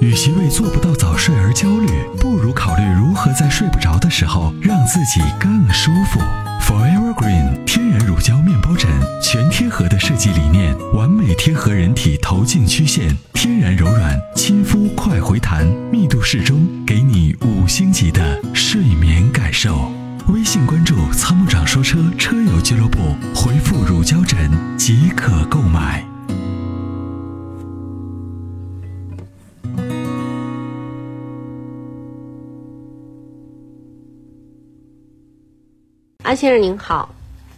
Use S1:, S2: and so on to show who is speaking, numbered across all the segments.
S1: 与其为做不到早睡而焦虑，不如考虑如何在睡不着的时候让自己更舒服。Forever Green 天然乳胶面包枕，全贴合的设计理念，完美贴合人体头颈曲线，天然柔软，亲肤快回弹，密度适中，给你五星级的睡眠感受。微信关注“参谋长说车”车友俱乐部，回复“乳胶枕”即可购买。
S2: 安先生您好，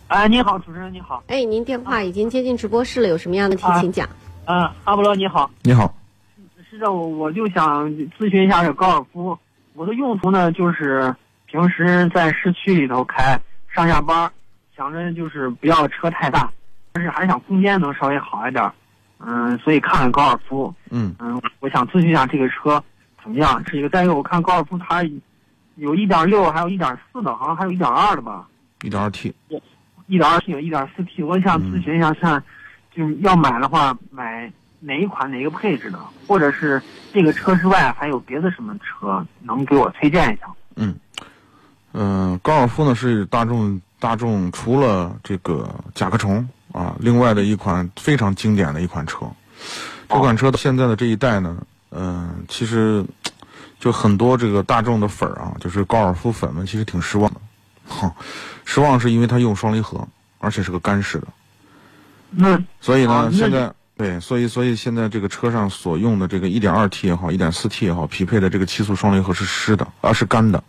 S3: 啊，你好，主持人你好，
S2: 哎，您电话已经接进直播室了，有什么样的题
S3: 啊
S2: 请讲。
S3: 啊，阿波罗你好，
S4: 你好，
S3: 是这样，我我就想咨询一下这高尔夫，我的用途呢就是平时在市区里头开，上下班儿，想着就是不要车太大，但是还想空间能稍微好一点儿，嗯，所以看看高尔夫，
S4: 嗯，
S3: 嗯，我想咨询一下这个车怎么样？这个再有我看高尔夫它有一点六，还有一点四的，好像还有一点二的吧，
S4: 一点二 T，
S3: 一点二 T、一点四 T，我想
S4: 嗯
S3: 咨询一下，看就是要买的话，买哪一款、哪个配置的，或者是这个车之外还有别的什么车能给我推荐一下？
S4: 嗯、高尔夫呢是大众大众除了这个甲壳虫啊，另外的一款非常经典的一款车。这款车现在的这一代呢，嗯、其实就很多这个大众的粉儿啊，就是高尔夫粉们其实挺失望的，哼，失望是因为它用双离合，而且是个干式的。
S3: 那
S4: 所以
S3: 啊
S4: 呢，
S3: 那
S4: 现在对，所以所以现在这个车上所用的这个 1.2T 也好，1.4T 也好，匹配的这个七速双离合是湿的，啊是干的，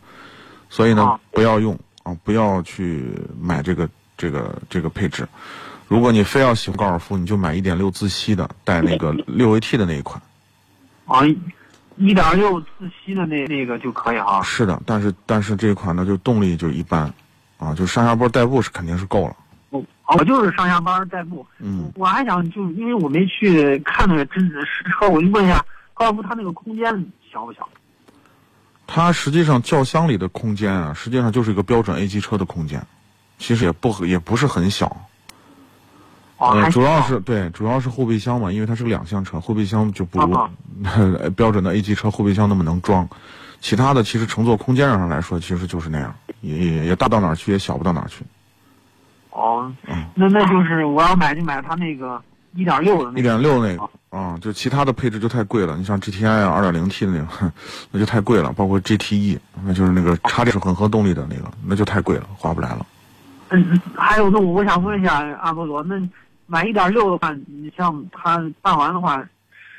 S4: 所以呢、
S3: 啊
S4: 不要用啊，不要去买这个这个这个配置。如果你非要喜欢高尔夫，你就买1.6自吸的，带 那个六 AT 的那一款。
S3: 啊，一点六自吸的那那个就可以哈。
S4: 是的，但是但是这款呢，就动力就一般，啊，就上下坡代步是肯定是够了。
S3: 我哦我就是上下班代步，
S4: 嗯，
S3: 我还想就因为我没去看那个真实实车，我就问一下高尔夫它那个空间小不小？
S4: 它实际上轿厢里的空间啊，实际上就是一个标准 A 级车的空间，其实也不也不是很小。
S3: 哦，还
S4: 呃，
S3: 行
S4: 主要是对，主要是后备箱嘛，因为它是个两厢车，后备箱就不如、
S3: 啊
S4: 标准的 A 级车后备箱那么能装。其他的其实乘坐空间上来说，其实就是那样，也也也大不到哪儿去，也小不到哪儿去。
S3: 哦
S4: 嗯，
S3: 那那就是我要买就买它那个一点六的
S4: 一
S3: 那个。
S4: 点六那个啊、就其他的配置就太贵了。你像 GTI 啊，二点零 T 的那个， 那就太贵了。包括 GTE，那就是那个插电式混合动力的那个，那就太贵了，划不来了。
S3: 嗯，还有那我我想问一下阿波罗，那买一点六的话，你像它办完的话，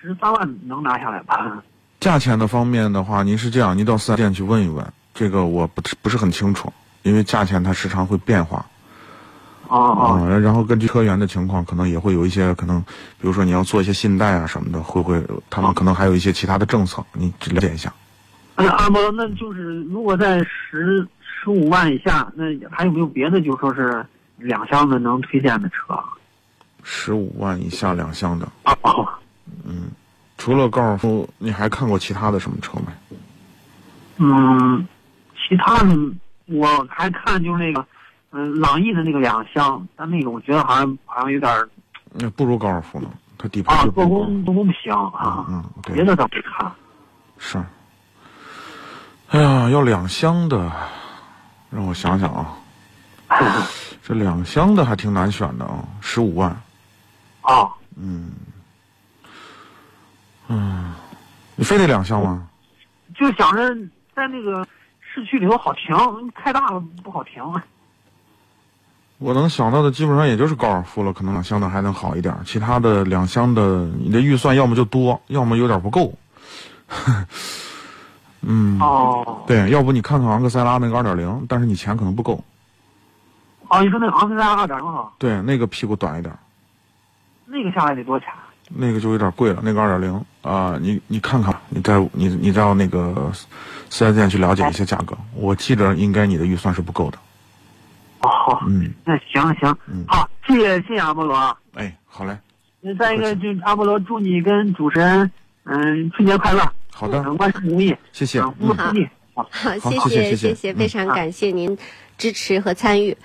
S3: 十三万能拿下来吧？
S4: 价钱的方面的话，您是这样，您到四 S 店去问一问，这个我不是不是很清楚，因为价钱它时常会变化。
S3: 哦哦，
S4: 啊，然后根据车源的情况，可能也会有一些啊可能，比如说你要做一些信贷啊什么的，会不会他们可能还有一些其他的政策，你了解一下。
S3: 那阿波罗，那就是如果在十十五万以下，那还有没有别的就说是两厢的能推荐的车？
S4: 十五万以下两厢的，
S3: 哦，
S4: 除了高尔夫，你还看过其他的什么车没？
S3: 嗯，其他的我还看就是那个，嗯，朗逸的那个两厢，但那个我觉得好像好像有点儿
S4: 那不如高尔夫呢，它底盘
S3: 啊
S4: 就，不
S3: 做
S4: 如高尔夫
S3: 工做工不行啊，
S4: 嗯嗯对
S3: 别的倒没看。
S4: 是。哎呀，要两厢的，让我想想啊，这两厢的还挺难选的啊，十五万。
S3: 哦，
S4: 嗯，嗯，你非得两厢吗？
S3: 就想着在那个市区里头好停，太大了不好停。啊
S4: 我能想到的基本上也就是高尔夫了，可能两厢的还能好一点儿，其他的两厢的你的预算要么就多，要么有点不够。嗯，
S3: 哦，
S4: 对，要不你看看昂克赛拉那个二点零，但是你钱可能不够。
S3: 哦，你说那个昂克赛拉二点零哈，
S4: 对，那个屁股短一点儿，
S3: 那个下来得多少啊钱？
S4: 那个就有点贵了。那个二点零啊，你你看看，你再你你到那个四 S 店去了解一些价格。我记着应该你的预算是不够的。
S3: 哦，
S4: 嗯，
S3: 那行行，
S4: 嗯
S3: 好，谢谢谢谢阿波罗啊。
S4: 哎，好嘞，
S3: 那再一个
S4: 不
S3: 就阿波罗，祝你跟主持人，嗯，春节快乐，
S4: 好的，
S3: 嗯万事如意，
S4: 谢谢。
S3: 啊，工作
S4: 嗯
S3: 顺利。好
S2: 好，谢
S4: 好谢谢
S2: 谢
S4: 谢谢
S2: 谢，
S4: 嗯
S2: 非常感谢您支持和参与。